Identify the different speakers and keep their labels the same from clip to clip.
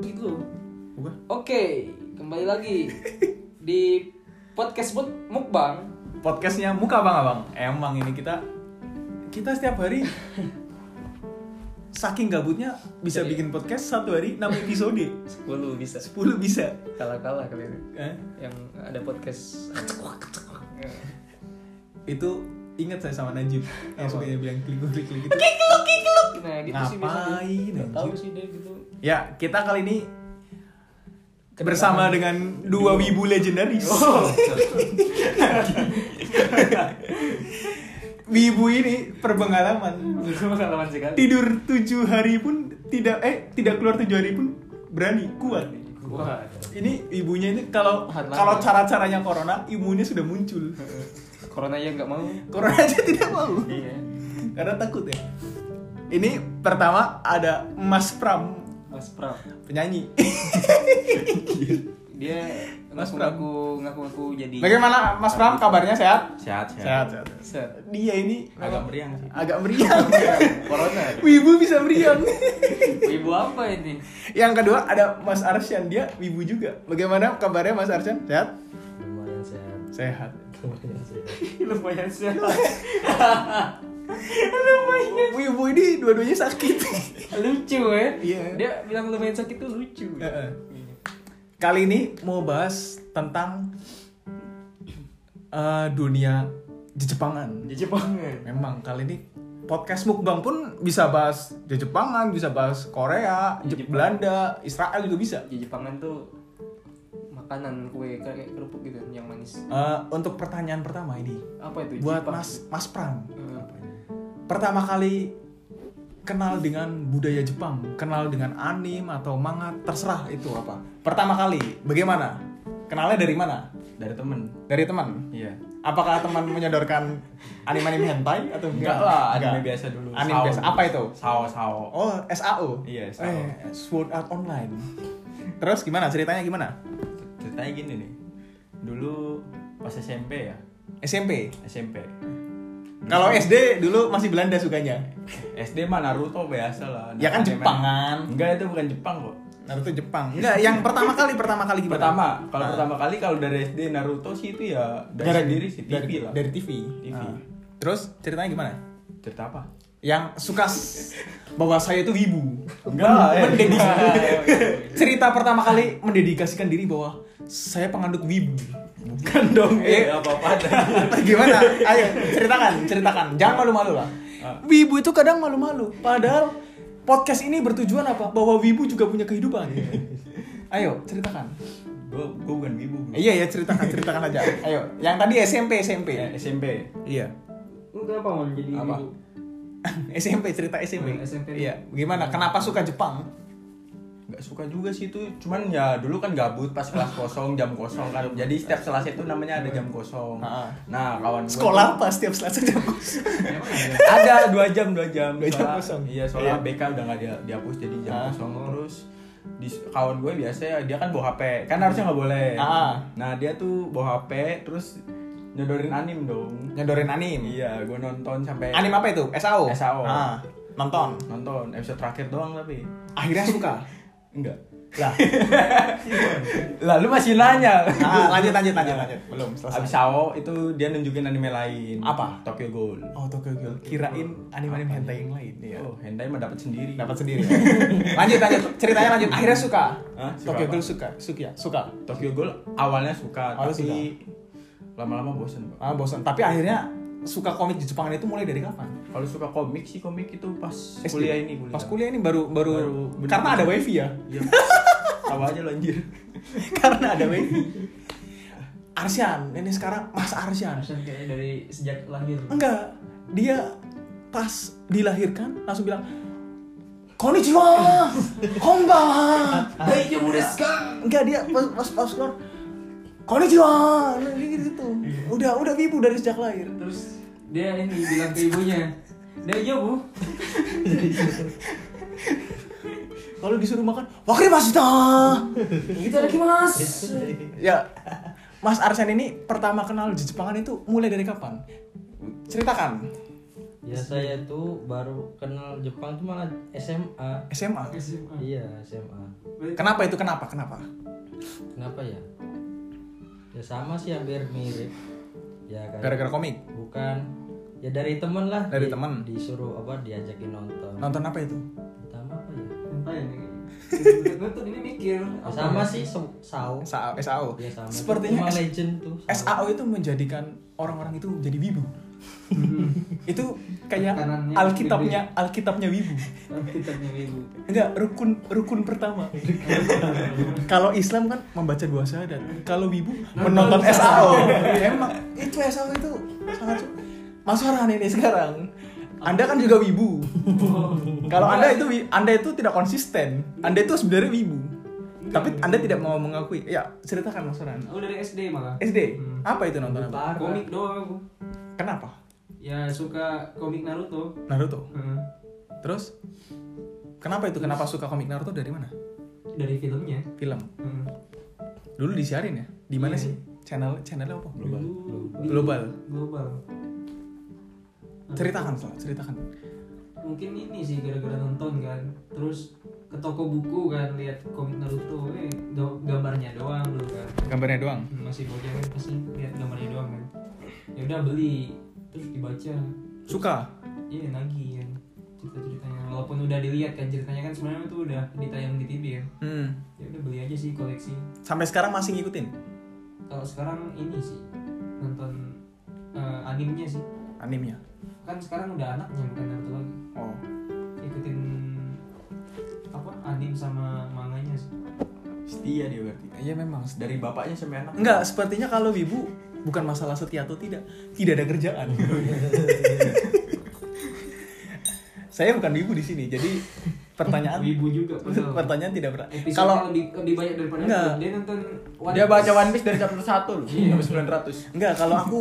Speaker 1: Gitu.
Speaker 2: Oke, kembali lagi di podcast buat mukbang.
Speaker 3: podcastnya muka bang abang emang ini kita kita setiap hari saking gabutnya bisa
Speaker 1: Jadi-
Speaker 3: bikin podcast satu hari 6 episode
Speaker 1: 10 bisa
Speaker 3: 10 bisa
Speaker 1: kalah-kalah kali ini
Speaker 3: Eh,
Speaker 1: yang ada podcast
Speaker 3: itu ingat saya sama Najib yang
Speaker 1: Apa?
Speaker 3: sukanya bilang klik klik klik gitu.
Speaker 2: Nah, gitu sih biasanya.
Speaker 3: ngapain
Speaker 1: Nggak tahu
Speaker 3: anjir?
Speaker 1: sih dia gitu
Speaker 3: ya kita kali ini
Speaker 1: Kedengaran.
Speaker 3: bersama dengan dua
Speaker 1: Duo. Oh.
Speaker 3: wibu legendaris wibu ini perbengalaman
Speaker 1: pengalaman sekali
Speaker 3: tidur tujuh hari pun tidak eh tidak keluar tujuh hari pun berani kuat
Speaker 1: wah
Speaker 3: ini ibunya ini kalau
Speaker 1: Tahan lama.
Speaker 3: kalau cara caranya corona imunnya sudah muncul
Speaker 1: corona ya nggak mau
Speaker 3: corona aja tidak mau
Speaker 1: iya
Speaker 3: karena takut ya ini pertama ada Mas Pram
Speaker 1: Mas Pram
Speaker 3: penyanyi
Speaker 1: dia
Speaker 3: Mas
Speaker 1: ngaku ngaku ngaku ngaku jadi
Speaker 3: bagaimana Mas Pram kabarnya sehat
Speaker 4: sehat
Speaker 3: sehat sehat
Speaker 1: Set.
Speaker 3: dia ini
Speaker 4: agak
Speaker 3: memang
Speaker 4: meriang sih
Speaker 3: agak meriang
Speaker 1: corona
Speaker 3: wibu bisa meriang
Speaker 1: ibu apa ini
Speaker 3: yang kedua ada Mas Arsyan dia wibu juga bagaimana kabarnya Mas Arsyan sehat
Speaker 4: lumayan sehat
Speaker 3: sehat
Speaker 4: lumayan sehat
Speaker 1: lumayan sehat
Speaker 3: wibu ini dua-duanya sakit
Speaker 1: lucu ya
Speaker 3: Iya.
Speaker 1: dia bilang lumayan sakit tuh lucu
Speaker 3: Heeh.
Speaker 1: Iya.
Speaker 3: Kali ini mau bahas tentang eh, dunia jejepangan.
Speaker 1: Jejepangan
Speaker 3: Memang kali ini podcast mukbang pun bisa bahas jejepangan, bisa bahas Korea, Jep-
Speaker 1: Jepang.
Speaker 3: Belanda, Israel juga bisa.
Speaker 1: Jejepangan tuh makanan kue kayak kerupuk gitu yang manis
Speaker 3: Eh, untuk pertanyaan pertama ini
Speaker 1: apa itu
Speaker 3: buat
Speaker 1: Jepang?
Speaker 3: Mas Mas Pram.
Speaker 1: Eh, apa ya?
Speaker 3: Pertama kali kenal dengan budaya Jepang, kenal dengan anime atau manga, terserah itu apa. Pertama kali bagaimana? Kenalnya dari mana?
Speaker 4: dari temen
Speaker 3: Dari teman.
Speaker 4: iya
Speaker 3: Apakah teman menyodorkan anime-anime hentai atau
Speaker 4: enggak lah anime biasa dulu
Speaker 3: Anime
Speaker 4: Sao
Speaker 3: biasa.
Speaker 4: dulu.
Speaker 3: Apa itu?
Speaker 4: sao sao
Speaker 3: Oh, SAO.
Speaker 4: Iya, SAO.
Speaker 3: Eh, Sword Art Online. Terus gimana ceritanya gimana?
Speaker 4: ceritanya gini nih dulu pas SMP ya
Speaker 3: SMP.
Speaker 4: SMP Hmm.
Speaker 3: Kalau SD dulu masih Belanda sukanya.
Speaker 4: SD mah Naruto biasa lah
Speaker 3: Ya kan
Speaker 4: Anime-
Speaker 3: Jepangan.
Speaker 4: enggak itu bukan Jepang kok
Speaker 3: Naruto Jepang. Enggak, yang pertama kali pertama kali gimana?
Speaker 4: pertama kalau
Speaker 3: Ah.
Speaker 4: pertama kali kalau dari SD Naruto sih itu ya dari
Speaker 3: Gara-
Speaker 4: sendiri sih TV
Speaker 3: dari,
Speaker 4: lah
Speaker 3: Dari TV.
Speaker 4: TV.
Speaker 3: Ah. Terus ceritanya gimana?
Speaker 4: cerita apa
Speaker 3: Yang suka s- bahwa saya itu wibu.
Speaker 4: enggak lah eh.
Speaker 3: Cerita pertama kali mendedikasikan diri bahwa saya penganut wibu.
Speaker 4: bukan dong
Speaker 3: Eh.
Speaker 4: eh apa apa
Speaker 3: Gimana? Ayo ceritakan, ceritakan. Jangan malu-malu lah.
Speaker 4: Ah.
Speaker 3: Wibu itu kadang malu-malu. Padahal podcast ini bertujuan apa? Bahwa Wibu juga punya kehidupan. Ayo ceritakan.
Speaker 4: gue gue bukan wibu bro.
Speaker 3: Iya ya ceritakan, ceritakan aja. Ayo. Yang tadi SMP SMP.
Speaker 4: Eh, SMP
Speaker 3: Iya.
Speaker 1: Lu kenapa mau jadi
Speaker 4: Apa?
Speaker 1: ibu?
Speaker 3: SMP cerita
Speaker 4: Oh,
Speaker 3: SMP.
Speaker 1: Hmm, SMP.
Speaker 3: Iya. Gimana? Kenapa suka Jepang?
Speaker 4: nggak suka juga sih itu cuman ya dulu kan gabut pas kelas kosong jam kosong kan jadi setiap selasa itu namanya ada jam kosong
Speaker 3: Ha-ha.
Speaker 4: nah kawan gue
Speaker 3: Ah. Sekolah apa setiap Selasa jam kosong?
Speaker 1: Emang ada?
Speaker 4: ada dua jam dua jam
Speaker 3: Dua jam
Speaker 4: Soalnya-
Speaker 3: kosong.
Speaker 4: iya soalnya BK udah nggak dia- dihapus jadi jam
Speaker 3: Ah.
Speaker 4: kosong terus di kawan gue biasanya dia kan bawa HP kan harusnya nggak boleh
Speaker 3: Ah.
Speaker 4: nah dia tuh bawa HP terus nyodorin anim dong
Speaker 3: Nyodorin anime.
Speaker 4: iya gue nonton sampai
Speaker 3: Anime apa itu? SAO.
Speaker 4: SAO.
Speaker 3: Ah, nonton.
Speaker 4: nonton episode terakhir doang tapi
Speaker 3: Akhirnya suka.
Speaker 4: enggak
Speaker 3: Lah,
Speaker 4: lalu masih nanya
Speaker 3: ah, lanjut lanjut
Speaker 4: Iya.
Speaker 3: lanjut lanjut. Belum selesai.
Speaker 4: Abis Sao itu dia nunjukin anime lain.
Speaker 3: Apa?
Speaker 4: Tokyo Ghoul.
Speaker 3: Oh Tokyo Ghoul. Kirain anime-anime hentai yang lain. Iya.
Speaker 4: Oh, hentai mah dapat sendiri.
Speaker 3: Dapat sendiri. ya? lanjut lanjut. Ceritanya lanjut. Akhirnya suka.
Speaker 4: Hah? Suka
Speaker 3: Tokyo
Speaker 4: apa?
Speaker 3: Ghoul suka. Suka ya? Suka.
Speaker 4: Tokyo Ghoul awalnya suka,
Speaker 3: Awalnya
Speaker 4: tapi lama-lama bosen. Pak.
Speaker 3: Ah, bosan. Tapi akhirnya suka komik di Jepang itu mulai dari kapan?
Speaker 4: Kalau suka komik sih komik itu pas
Speaker 3: SD?
Speaker 4: kuliah ini kuliah.
Speaker 3: Pas kuliah ini baru baru,
Speaker 4: Baru bener-bener.
Speaker 3: karena ada wifi ya.
Speaker 4: Iya. Tahu aja lo anjir.
Speaker 3: karena ada wifi. Arsyan, ini sekarang Mas Arsyan.
Speaker 1: Harusnya kayaknya dari sejak lahir
Speaker 3: Enggak, dia pas dilahirkan langsung bilang Konnichiwa, konbawa,
Speaker 1: Haikyuu desu ka?
Speaker 3: enggak dia pas pas pas keluar Konnichiwa, gitu, gitu. Udah udah wibu dari sejak lahir.
Speaker 1: Terus dia ini bilang ke ibunya Dia iya bu
Speaker 3: Kalau disuruh makan, wakri masita.
Speaker 1: Gitu lagi mas iya.
Speaker 3: Ya, Mas Arsen ini pertama kenal di Jepangan itu mulai dari kapan? Ceritakan.
Speaker 1: Ya
Speaker 5: Ya saya tuh baru kenal Jepang tuh malah SMA.
Speaker 3: SMA.
Speaker 5: Iya, SMA.
Speaker 3: Kenapa itu? Kenapa? Kenapa?
Speaker 5: Kenapa ya? Ya sama sih hampir mirip. Ya kayak
Speaker 3: Gara-gara komik.
Speaker 5: bukan ya dari temen lah
Speaker 3: Dari
Speaker 5: Di-
Speaker 3: temen. Nah.
Speaker 5: disuruh apa diajakin nonton
Speaker 3: Nonton apa itu?
Speaker 5: pertama apa ya
Speaker 1: Entah ya nih. Gue tuh ini mikir.
Speaker 5: Ya, sama sih so- sao
Speaker 3: SAO. SAO.
Speaker 5: ya sama
Speaker 3: Sepertinya
Speaker 5: Cuma
Speaker 3: S-
Speaker 5: legend tuh Sao.
Speaker 3: SAO itu menjadikan orang-orang itu jadi wibu.
Speaker 5: Hmm.
Speaker 3: itu kayak
Speaker 1: Kanannya
Speaker 3: alkitabnya alkitabnya wibu.
Speaker 1: Kita minggu.
Speaker 3: Enggak, rukun rukun pertama. Kalau Islam kan membaca dua syahadat. Kalau wibu menonton SAO. Emang itu SAO itu sangat su- masalah ini sekarang. Anda kan juga wibu. Kalau Anda itu wi- Anda itu tidak konsisten. Anda itu sebenarnya wibu. Tapi Anda tidak mau mengakui. Ya, ceritakan Mas Orhan.
Speaker 1: Oh,
Speaker 2: Aku dari SD malah.
Speaker 3: SD.
Speaker 2: Hmm.
Speaker 3: Apa itu nonton apa?
Speaker 5: Parah.
Speaker 2: Komik doang aku.
Speaker 3: Kenapa?
Speaker 2: Ya suka komik Naruto.
Speaker 3: Naruto.
Speaker 2: Hmm.
Speaker 3: Terus kenapa itu? Kenapa suka komik Naruto dari mana?
Speaker 2: Dari filmnya.
Speaker 3: Film.
Speaker 2: Hmm.
Speaker 3: Dulu disiarin ya? Di mana
Speaker 2: Iya.
Speaker 3: sih? Channel channelnya apa?
Speaker 2: Dulu di-
Speaker 3: Global.
Speaker 2: Global.
Speaker 3: Ceritakan, Sol, ceritakan.
Speaker 2: Mungkin ini sih gara-gara nonton kan. Terus ke toko buku kan lihat komik Naruto, eh do- gambarnya doang dulu kan.
Speaker 3: Gambarnya doang.
Speaker 2: Masih bocah kan pasti lihat gambarnya doang kan. Ya udah beli terus dibaca.
Speaker 3: Suka.
Speaker 2: Iya nagih kan cerita-ceritanya. Walaupun udah dilihat kan ceritanya kan sebenarnya tuh udah ditayang di TV ya.
Speaker 3: Hmm.
Speaker 2: Ya udah beli aja sih koleksi.
Speaker 3: Sampai sekarang masih ngikutin
Speaker 2: Kalau sekarang ini sih nonton eh, animenya sih.
Speaker 3: animnya.
Speaker 2: Kan sekarang udah anaknya bukan Naruto lagi.
Speaker 3: Oh.
Speaker 2: Ikutin apa anim sama manganya sih.
Speaker 4: Setia dia berarti.
Speaker 3: Iya memang.
Speaker 4: Dari bapaknya sampai anak.
Speaker 3: Enggak, sepertinya kalau wibu bukan masalah setia atau tidak. Tidak ada kerjaan. Saya bukan wibu di sini. Jadi pertanyaan
Speaker 2: Wibu juga padahal.
Speaker 3: Kan? pertanyaan tidak berat.
Speaker 2: Episode
Speaker 3: Kalau
Speaker 2: lebih, lebih banyak daripada
Speaker 3: Enggak.
Speaker 2: aku. dia nonton One
Speaker 4: Dia
Speaker 2: Piece.
Speaker 4: baca One Piece dari chapter 1 loh. Sampai 900.
Speaker 3: Enggak, kalau aku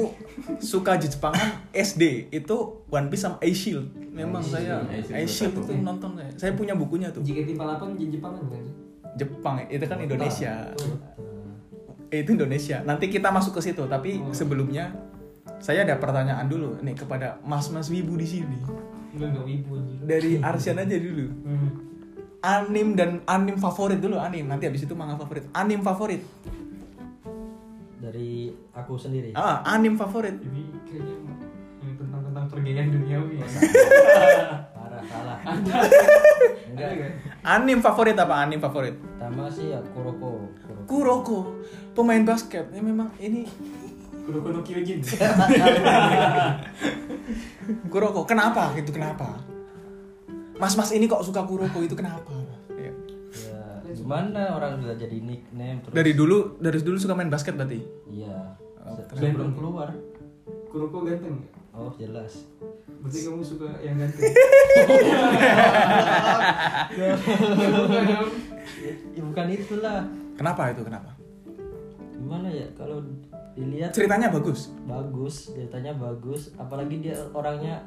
Speaker 3: suka Jepangan SD itu One Piece sama Ice Shield. Memang saya
Speaker 4: Ice Shield.
Speaker 3: Ice Shield itu nonton saya. Saya punya bukunya tuh.
Speaker 2: JKT48 di Jepang kan bukan sih?
Speaker 3: Jepang itu kan Indonesia.
Speaker 5: Eh,
Speaker 3: Eh, Itu Indonesia. Nanti kita masuk ke situ, tapi sebelumnya saya ada pertanyaan dulu nih kepada Mas-mas Wibu di sini.
Speaker 2: Enggak enggak wibu anjing.
Speaker 3: Dari Arsian aja dulu.
Speaker 2: Hmm.
Speaker 3: Anim dan anim favorit dulu anim. Nanti habis itu manga favorit. Anim favorit.
Speaker 5: dari aku sendiri
Speaker 3: Ah, anim favorit.
Speaker 2: Ini kayaknya ini tentang tentang pergayaan duniawi ya.
Speaker 5: parah salah
Speaker 2: Ada
Speaker 5: enggak
Speaker 2: kan?
Speaker 3: Anim favorit apa anim favorit?
Speaker 5: pertama sih ya Kuroko Kuroko
Speaker 3: Kuroko, pemain basket. Ya memang ini
Speaker 2: Kuroko no Kyojin.
Speaker 3: Kuroko, kenapa gitu kenapa? Mas-mas ini kok suka Kuroko itu kenapa? Iya.
Speaker 5: ya gimana orang udah jadi nickname terus
Speaker 3: Dari dulu dari dulu suka main basket berarti.
Speaker 5: iya
Speaker 3: Oh,
Speaker 5: Se-
Speaker 3: keren.
Speaker 5: sebelum keluar
Speaker 2: Kuroko ganteng nggak?
Speaker 5: oh jelas
Speaker 2: Berarti kamu suka yang ganteng. Bukan dong.
Speaker 5: ya bukan itulah
Speaker 3: Kenapa itu kenapa?
Speaker 5: gimana ya kalau dilihat
Speaker 3: Ceritanya bagus.
Speaker 5: bagus ceritanya bagus apalagi dia orangnya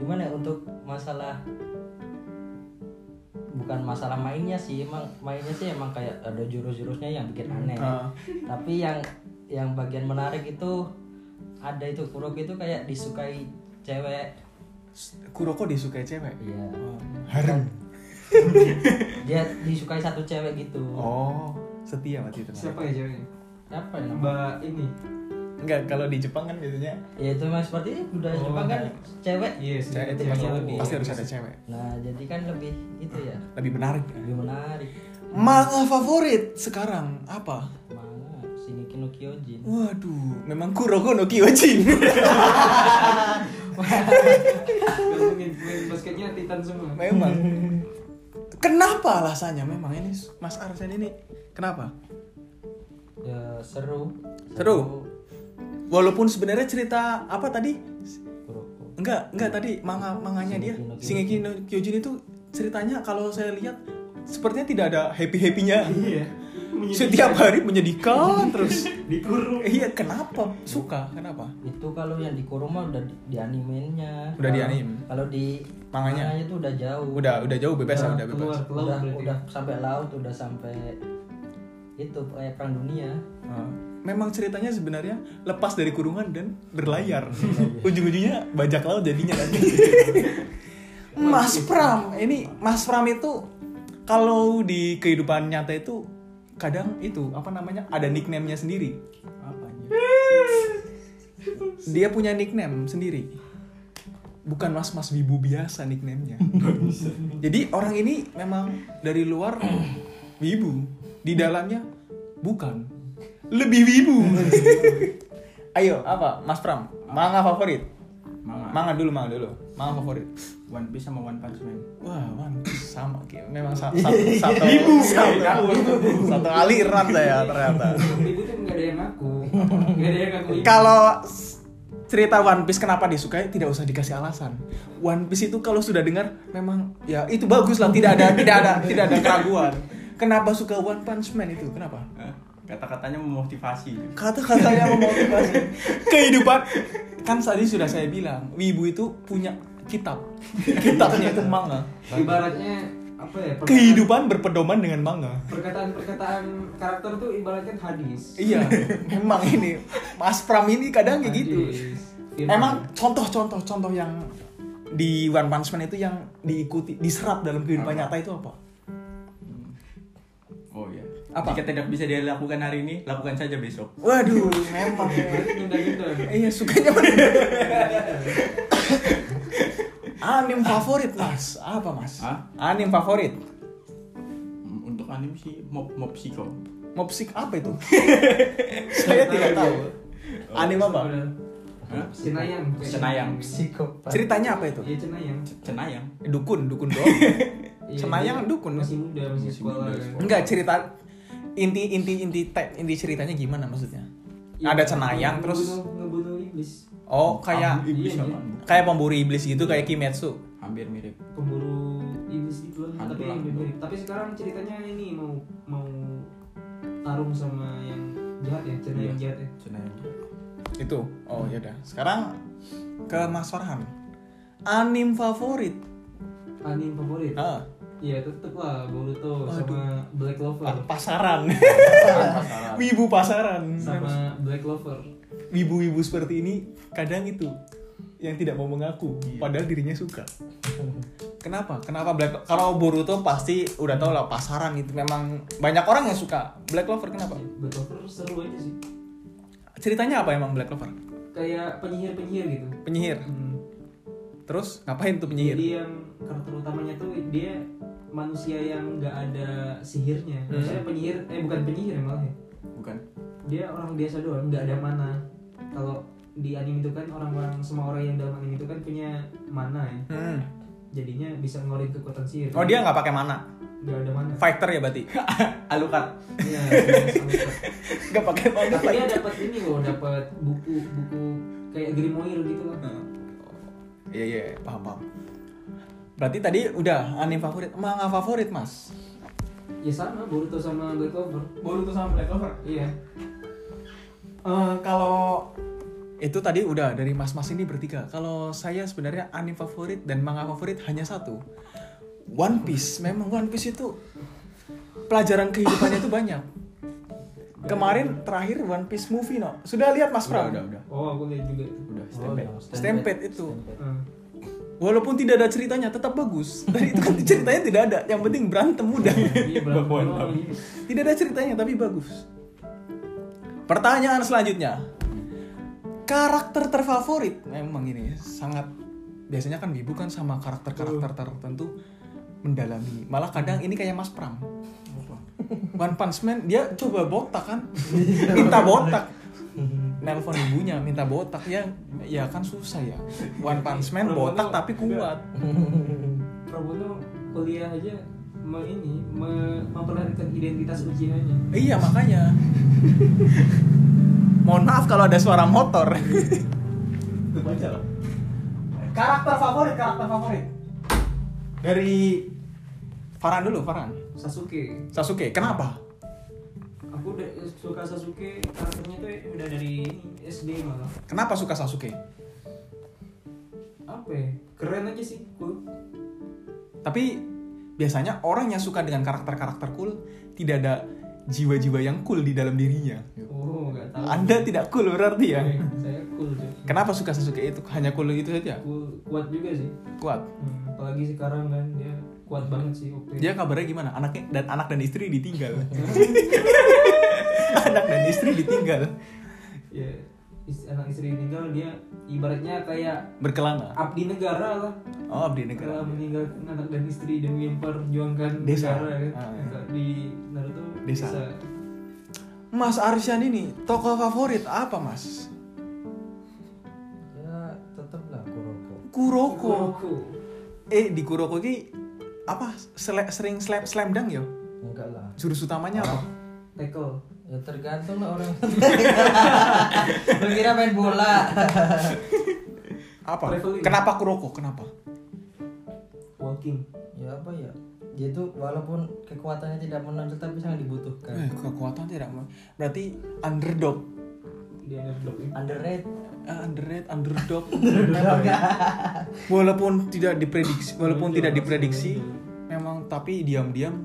Speaker 5: gimana ya untuk masalah bukan masalah mainnya sih emang mainnya sih emang kayak ada jurus-jurusnya yang bikin aneh
Speaker 3: Ah.
Speaker 5: tapi yang yang bagian menarik itu ada itu Kuroko itu kayak disukai cewek
Speaker 3: Kuroko disukai cewek.
Speaker 5: iya
Speaker 3: Oh, Harem.
Speaker 5: dia disukai satu cewek gitu
Speaker 3: Oh, setia berarti itu.
Speaker 2: Siapa ya ceweknya?
Speaker 5: apa ya namanya?
Speaker 2: Mbak ini.
Speaker 3: Enggak, kalau di Jepang kan biasanya
Speaker 5: ya itu memang seperti itu budaya
Speaker 2: Oh,
Speaker 5: Jepang kan cewek
Speaker 2: Iya sih.
Speaker 3: cewek itu
Speaker 2: ceweknya
Speaker 3: pasti,
Speaker 2: lebih.
Speaker 3: pasti harus ada cewek.
Speaker 5: nah jadi kan lebih itu ya
Speaker 3: Lebih menarik.
Speaker 5: lebih menarik
Speaker 3: Manga favorit sekarang apa?
Speaker 5: Manga Shingeki no Kyojin.
Speaker 3: Waduh, memang Kuroko no Kyojin.
Speaker 2: Gantengin main basketnya Titan semua.
Speaker 3: Memang. kenapa alasannya memang ini Mas Arsen ini kenapa?
Speaker 5: Ya, seru.
Speaker 3: Seru. Walaupun sebenarnya cerita apa tadi?
Speaker 5: Kuroko.
Speaker 3: Enggak, enggak tadi manga manganya dia
Speaker 5: Shingeki no
Speaker 3: Shingeki no
Speaker 5: Kyojin.
Speaker 3: Kyojin itu ceritanya kalau saya lihat sepertinya tidak ada happy-happynya.
Speaker 2: Iya.
Speaker 3: Setiap hari menyedihkan terus.
Speaker 2: dikurung.
Speaker 3: Iya, kenapa? Suka, kenapa?
Speaker 5: Itu kalau yang di Kuruma udah di, di animenya.
Speaker 3: Udah di
Speaker 5: Kalau-
Speaker 3: anim.
Speaker 5: Kalau di
Speaker 3: Manganya.
Speaker 5: itu udah jauh.
Speaker 3: Udah udah jauh bebas
Speaker 2: Udah
Speaker 3: lah, udah bebas.
Speaker 2: Nah, keluar. laut
Speaker 5: udah,
Speaker 2: berarti.
Speaker 5: udah sampai laut, udah sampai itu kayak perang dunia.
Speaker 3: Ah. memang ceritanya sebenarnya lepas dari kurungan dan berlayar. Ujung-ujungnya bajak laut jadinya kan. Mas Pram, ini Mas Pram itu kalau di kehidupan nyata itu kadang itu apa namanya ada nickname-nya sendiri. Apa anjir? Dia punya nickname sendiri. Bukan Mas Mas Wibu biasa nickname-nya. Jadi orang ini memang dari luar wibu, di dalamnya bukan. Lebih wibu. Ayo, apa? Mas Pram, manga favorit.
Speaker 4: Manga.
Speaker 3: Manga dulu, manga dulu. Manga favorit.
Speaker 4: One Piece sama One Punch Man.
Speaker 3: Wah, One Piece sama kayak memang sa- sa- satu satu, satu aliran saya ternyata.
Speaker 2: Ibu tuh nggak ada yang ngaku, nggak ada yang ngaku. ini.
Speaker 3: Kalau s- cerita One Piece kenapa disukai tidak usah dikasih alasan. One Piece itu kalau sudah dengar memang ya itu bagus lah tidak ada tidak ada tidak ada keraguan. Kenapa suka One Punch Man itu? Kenapa?
Speaker 4: Eh, Kata-katanya memotivasi.
Speaker 3: Kata-katanya memotivasi kehidupan kan tadi sudah saya bilang Wibu itu punya kitab kitabnya itu manga
Speaker 2: ibaratnya apa ya? perkataan-
Speaker 3: kehidupan berpedoman dengan manga
Speaker 2: Perkataan-perkataan karakter tuh ibaratnya hadis.
Speaker 3: Iya, memang ini Mas Pram ini kadang kayak gitu.
Speaker 2: Hadis. Firman.
Speaker 3: Emang contoh-contoh contoh yang di One Punch Man itu yang diikuti, diserap dalam kehidupan
Speaker 4: Apa?
Speaker 3: nyata itu apa?
Speaker 4: Oh iya.
Speaker 3: Apa?
Speaker 4: Jika tidak bisa dilakukan hari ini, lakukan saja besok.
Speaker 3: Waduh, memang. ya.
Speaker 2: Berarti nunda-nunda.
Speaker 3: Iya, sukanya mana? Anim favorit, Mas. Apa, Mas?
Speaker 4: Hah?
Speaker 3: Anim favorit.
Speaker 4: Hmm, Untuk anime sih Mob Mob Psycho.
Speaker 3: Mopsik apa itu? Saya
Speaker 2: Iya.
Speaker 3: tidak tahu.
Speaker 2: Oh,
Speaker 3: Anim apa?
Speaker 4: Hah?
Speaker 2: Cenayang.
Speaker 4: Cenayang.
Speaker 5: psikopat
Speaker 3: Ceritanya apa itu?
Speaker 2: Iya Cenayang.
Speaker 4: Cenayang.
Speaker 3: Dukun, dukun doang.
Speaker 2: Iya,
Speaker 3: Cenayang
Speaker 2: dia
Speaker 3: dukun.
Speaker 2: Masih muda, masih
Speaker 4: Masih
Speaker 2: sekolah.
Speaker 4: muda,
Speaker 2: kan.
Speaker 4: sekolah.
Speaker 3: Enggak cerita inti inti inti te, inti ceritanya gimana maksudnya?
Speaker 2: Iya,
Speaker 3: Ada cenayang terus
Speaker 2: ngebunuh- Ngebunuh iblis.
Speaker 3: oh
Speaker 4: Ah,
Speaker 3: kayak
Speaker 4: iblis
Speaker 2: Iya,
Speaker 4: sama.
Speaker 3: kayak pemburu iblis gitu kayak Kimetsu.
Speaker 4: Hampir mirip.
Speaker 2: pemburu iblis itu lah
Speaker 4: Hantu
Speaker 2: tapi
Speaker 4: lah,
Speaker 2: lebih
Speaker 4: hantu.
Speaker 2: mirip. tapi sekarang ceritanya ini mau mau tarung sama yang jahat ya cerita
Speaker 4: Iya.
Speaker 2: yang jahat ya
Speaker 4: Cenayang.
Speaker 3: Itu. Oh ya udah. Sekarang ke Mas Farhan. Anim favorit.
Speaker 2: anime favorit
Speaker 3: Ah,
Speaker 2: iya tetep lah Boruto sama Black Clover
Speaker 4: Ah,
Speaker 3: pa- pasaran.
Speaker 4: Pasaran.
Speaker 3: Wibu pasaran.
Speaker 2: sama Black Clover
Speaker 3: Wibu-wibu seperti ini kadang itu yang tidak mau mengaku padahal dirinya suka. Kenapa? Kenapa Black Kalau Boruto pasti udah tau lah pasaran itu memang banyak orang yang suka. Black Clover kenapa?
Speaker 2: Black Clover seru aja sih
Speaker 3: Ceritanya apa emang Black Clover?
Speaker 2: kayak penyihir penyihir gitu
Speaker 3: Penyihir.
Speaker 2: Hmm.
Speaker 3: Terus ngapain tuh
Speaker 4: Iya.
Speaker 2: jadi
Speaker 3: penyihir?
Speaker 2: yang karakter utamanya tuh dia manusia yang nggak ada sihirnya
Speaker 4: Hmm.
Speaker 2: maksudnya penyihir eh bukan penyihir ya malah ya
Speaker 4: Bukan.
Speaker 2: dia orang biasa doang nggak ada mana kalau di anime itu kan orang-orang semua orang yang dalam anime itu kan punya mana ya
Speaker 3: Hmm.
Speaker 2: jadinya bisa ngeluarin kekuatan sihir
Speaker 3: Oh dia nggak pakai mana?
Speaker 2: nggak ada mana
Speaker 3: Fighter ya berarti?
Speaker 4: Alukat.
Speaker 2: Iya,
Speaker 3: Nggak pakai mana?
Speaker 2: tapi dia dapat ini loh dapat buku buku kayak grimoire gitu loh
Speaker 3: Iya iya paham paham. Berarti tadi udah anime favorit, manga favorit mas.
Speaker 2: ya sama Boruto sama Black Clover
Speaker 4: Boruto sama Black Clover.
Speaker 2: iya
Speaker 3: Eh, kalau itu tadi udah dari mas-mas ini bertiga. Kalau saya sebenarnya anime favorit dan manga favorit hanya satu. One Piece. Memang One Piece itu pelajaran kehidupannya itu banyak. Kemarin terakhir One Piece movie no. Sudah lihat Mas
Speaker 4: Udah,
Speaker 3: Pram?
Speaker 4: udah, udah.
Speaker 2: oh aku lihat juga
Speaker 4: Udah, stempel.
Speaker 5: Oh, ya,
Speaker 3: Stampede itu.
Speaker 2: Eh,
Speaker 3: Walaupun tidak ada ceritanya tetap bagus. Dan itu kan ceritanya tidak ada. Yang penting berantem udah.
Speaker 2: iya berapa
Speaker 4: Bakwan.
Speaker 2: oh, iya.
Speaker 3: tidak ada ceritanya tapi bagus. Pertanyaan selanjutnya. Karakter terfavorit memang ini sangat biasanya kan Wibu kan sama karakter-karakter tertentu mendalami. Malah kadang ini kayak Mas Pram. One Punch Man dia coba botak kan. Minta botak. Nelpon ibunya minta botak ya ya kan susah ya. One Punch Man botak tapi kuat.
Speaker 2: Prabowo kuliah aja me ini me- memperhatikan identitas ujiannya
Speaker 3: Iya makanya. Mohon maaf kalau ada suara motor. karakter favorit, karakter favorit. Dari Farhan dulu, Farhan.
Speaker 2: Sasuke
Speaker 3: Sasuke, kenapa?
Speaker 2: aku udah suka Sasuke karakternya tuh udah dari ini, SD malah
Speaker 3: Kenapa suka Sasuke?
Speaker 2: apa ya keren aja sih cool
Speaker 3: Tapi biasanya orang yang suka dengan karakter-karakter cool tidak ada jiwa-jiwa yang cool di dalam dirinya.
Speaker 2: oh nggak nggak tahu
Speaker 3: Anda tidak cool berarti ya.
Speaker 2: Oke, saya cool Cuk.
Speaker 3: Kenapa suka Sasuke itu? Hanya cool itu saja?
Speaker 2: Cool, kuat juga sih
Speaker 3: Kuat.
Speaker 2: Hmm, apalagi sekarang kan dia kuat banget sih waktu itu
Speaker 3: Dia kabarnya gimana? Anaknya dan anak dan istri ditinggal. anak dan istri ditinggal.
Speaker 2: ya is- anak istri meninggal dia ibaratnya kayak
Speaker 3: Berkelana.
Speaker 2: abdi negara lah
Speaker 3: Oh, abdi negara.
Speaker 2: telah meninggalkan anak dan istri demi memperjuangkan
Speaker 3: Desa.
Speaker 2: negara kan
Speaker 3: Ah, ya.
Speaker 2: Kalau di Naruto
Speaker 3: Desa. Mas Arsyan ini tokoh favorit apa, Mas?
Speaker 5: ya tetap lah kuroko
Speaker 3: Kuroko.
Speaker 2: Kuroko.
Speaker 3: Eh, di Kuroko ini apa sele- sering slap slam dunk ya?
Speaker 5: enggak lah
Speaker 3: Jurus utamanya apa?
Speaker 2: tackle
Speaker 5: ya tergantung lah orang lu kira main bola
Speaker 3: Apa?
Speaker 2: Traveling.
Speaker 3: Kenapa Kuroko? Kenapa?
Speaker 2: walking
Speaker 5: ya apa ya dia tuh walaupun kekuatannya tidak menonjol tapi sangat
Speaker 3: Eh,
Speaker 5: dibutuhkan
Speaker 3: kekuatan tidak mau. Berarti underdog.
Speaker 2: dia underdog ini.
Speaker 5: underrated
Speaker 3: Eh, underrated, underdog. ya? walaupun tidak diprediksi, walaupun tidak diprediksi, memang tapi diam-diam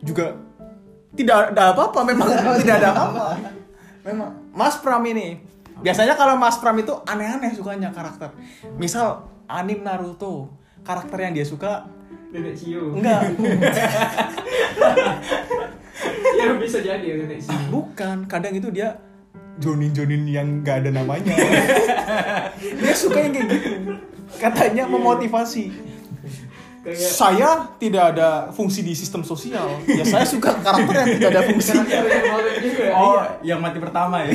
Speaker 3: juga tidak ada apa-apa memang tidak ada apa-apa. Memang Mas Pram ini biasanya kalau Mas Pram itu aneh-aneh sukanya karakter. Misal anim Naruto, karakter yang dia suka
Speaker 2: nenek E Shio
Speaker 3: enggak
Speaker 2: ya bisa jadi ya nenek Shio
Speaker 3: Bukan, kadang itu dia jonin-jonin yang gak ada namanya. dia suka yang kayak gitu. Katanya memotivasi.
Speaker 2: kayak
Speaker 3: Saya tidak ada fungsi di sistem sosial. Ya saya suka karakter yang tidak ada fungsi.
Speaker 2: karakter yang modern juga
Speaker 4: Oh, yang mati pertama ya.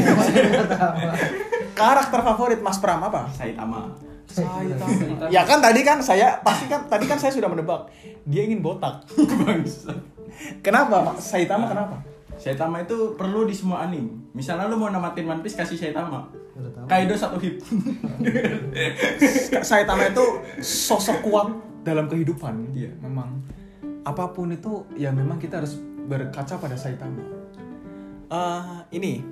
Speaker 3: Karakter favorit Mas Pram apa?
Speaker 4: Said Ama.
Speaker 2: Saitama.
Speaker 3: Ya kan tadi kan saya pasti kan tadi kan saya sudah menebak dia ingin botak.
Speaker 4: Bangsa.
Speaker 3: Kenapa Mas Saitama kenapa?
Speaker 4: Saitama itu perlu di semua anime. Misalnya lu mau namatin One Piece kasih Saitama.
Speaker 5: Udah tahu.
Speaker 4: Kaido satu hit.
Speaker 3: Saitama itu sosok kuat dalam kehidupan
Speaker 4: Iya.
Speaker 3: memang apapun itu ya memang kita harus berkaca pada Saitama Eh, ini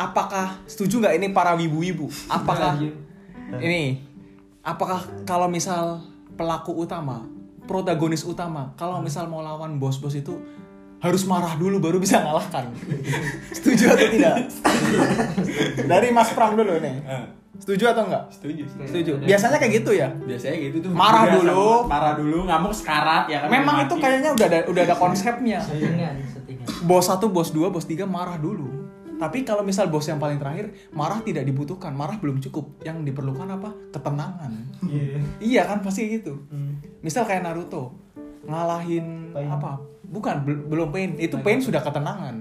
Speaker 3: apakah setuju nggak ini para wibu-wibu apakah
Speaker 2: Iya.
Speaker 3: ini apakah kalau misal pelaku utama protagonis utama kalau misal mau lawan bos-bos itu harus marah dulu baru bisa ngalahkan setuju atau tidak dari Mas Pram dulu nih
Speaker 4: Eh,
Speaker 3: setuju atau enggak
Speaker 4: Setuju sih.
Speaker 3: Setuju. Biasanya kayak gitu ya.
Speaker 4: Biasanya gitu tuh.
Speaker 3: Marah
Speaker 4: Biasa
Speaker 3: dulu.
Speaker 4: banget. marah dulu, ngamuk sekarat ya kan.
Speaker 3: Memang
Speaker 4: mati. Iya.
Speaker 3: itu kayaknya udah ada udah ada konsepnya.
Speaker 5: settingan settingan
Speaker 3: Bos satu, bos dua, bos tiga marah dulu. Tapi kalau misal bos yang paling terakhir marah tidak dibutuhkan, marah belum cukup. Yang diperlukan apa? Ketenangan.
Speaker 2: Iya.
Speaker 3: iya kan pasti gitu.
Speaker 2: Hmm.
Speaker 3: Misal kayak Naruto ngalahin
Speaker 2: Pain.
Speaker 3: apa? Bukan bel- belum pain. Itu pain sudah ketenangan.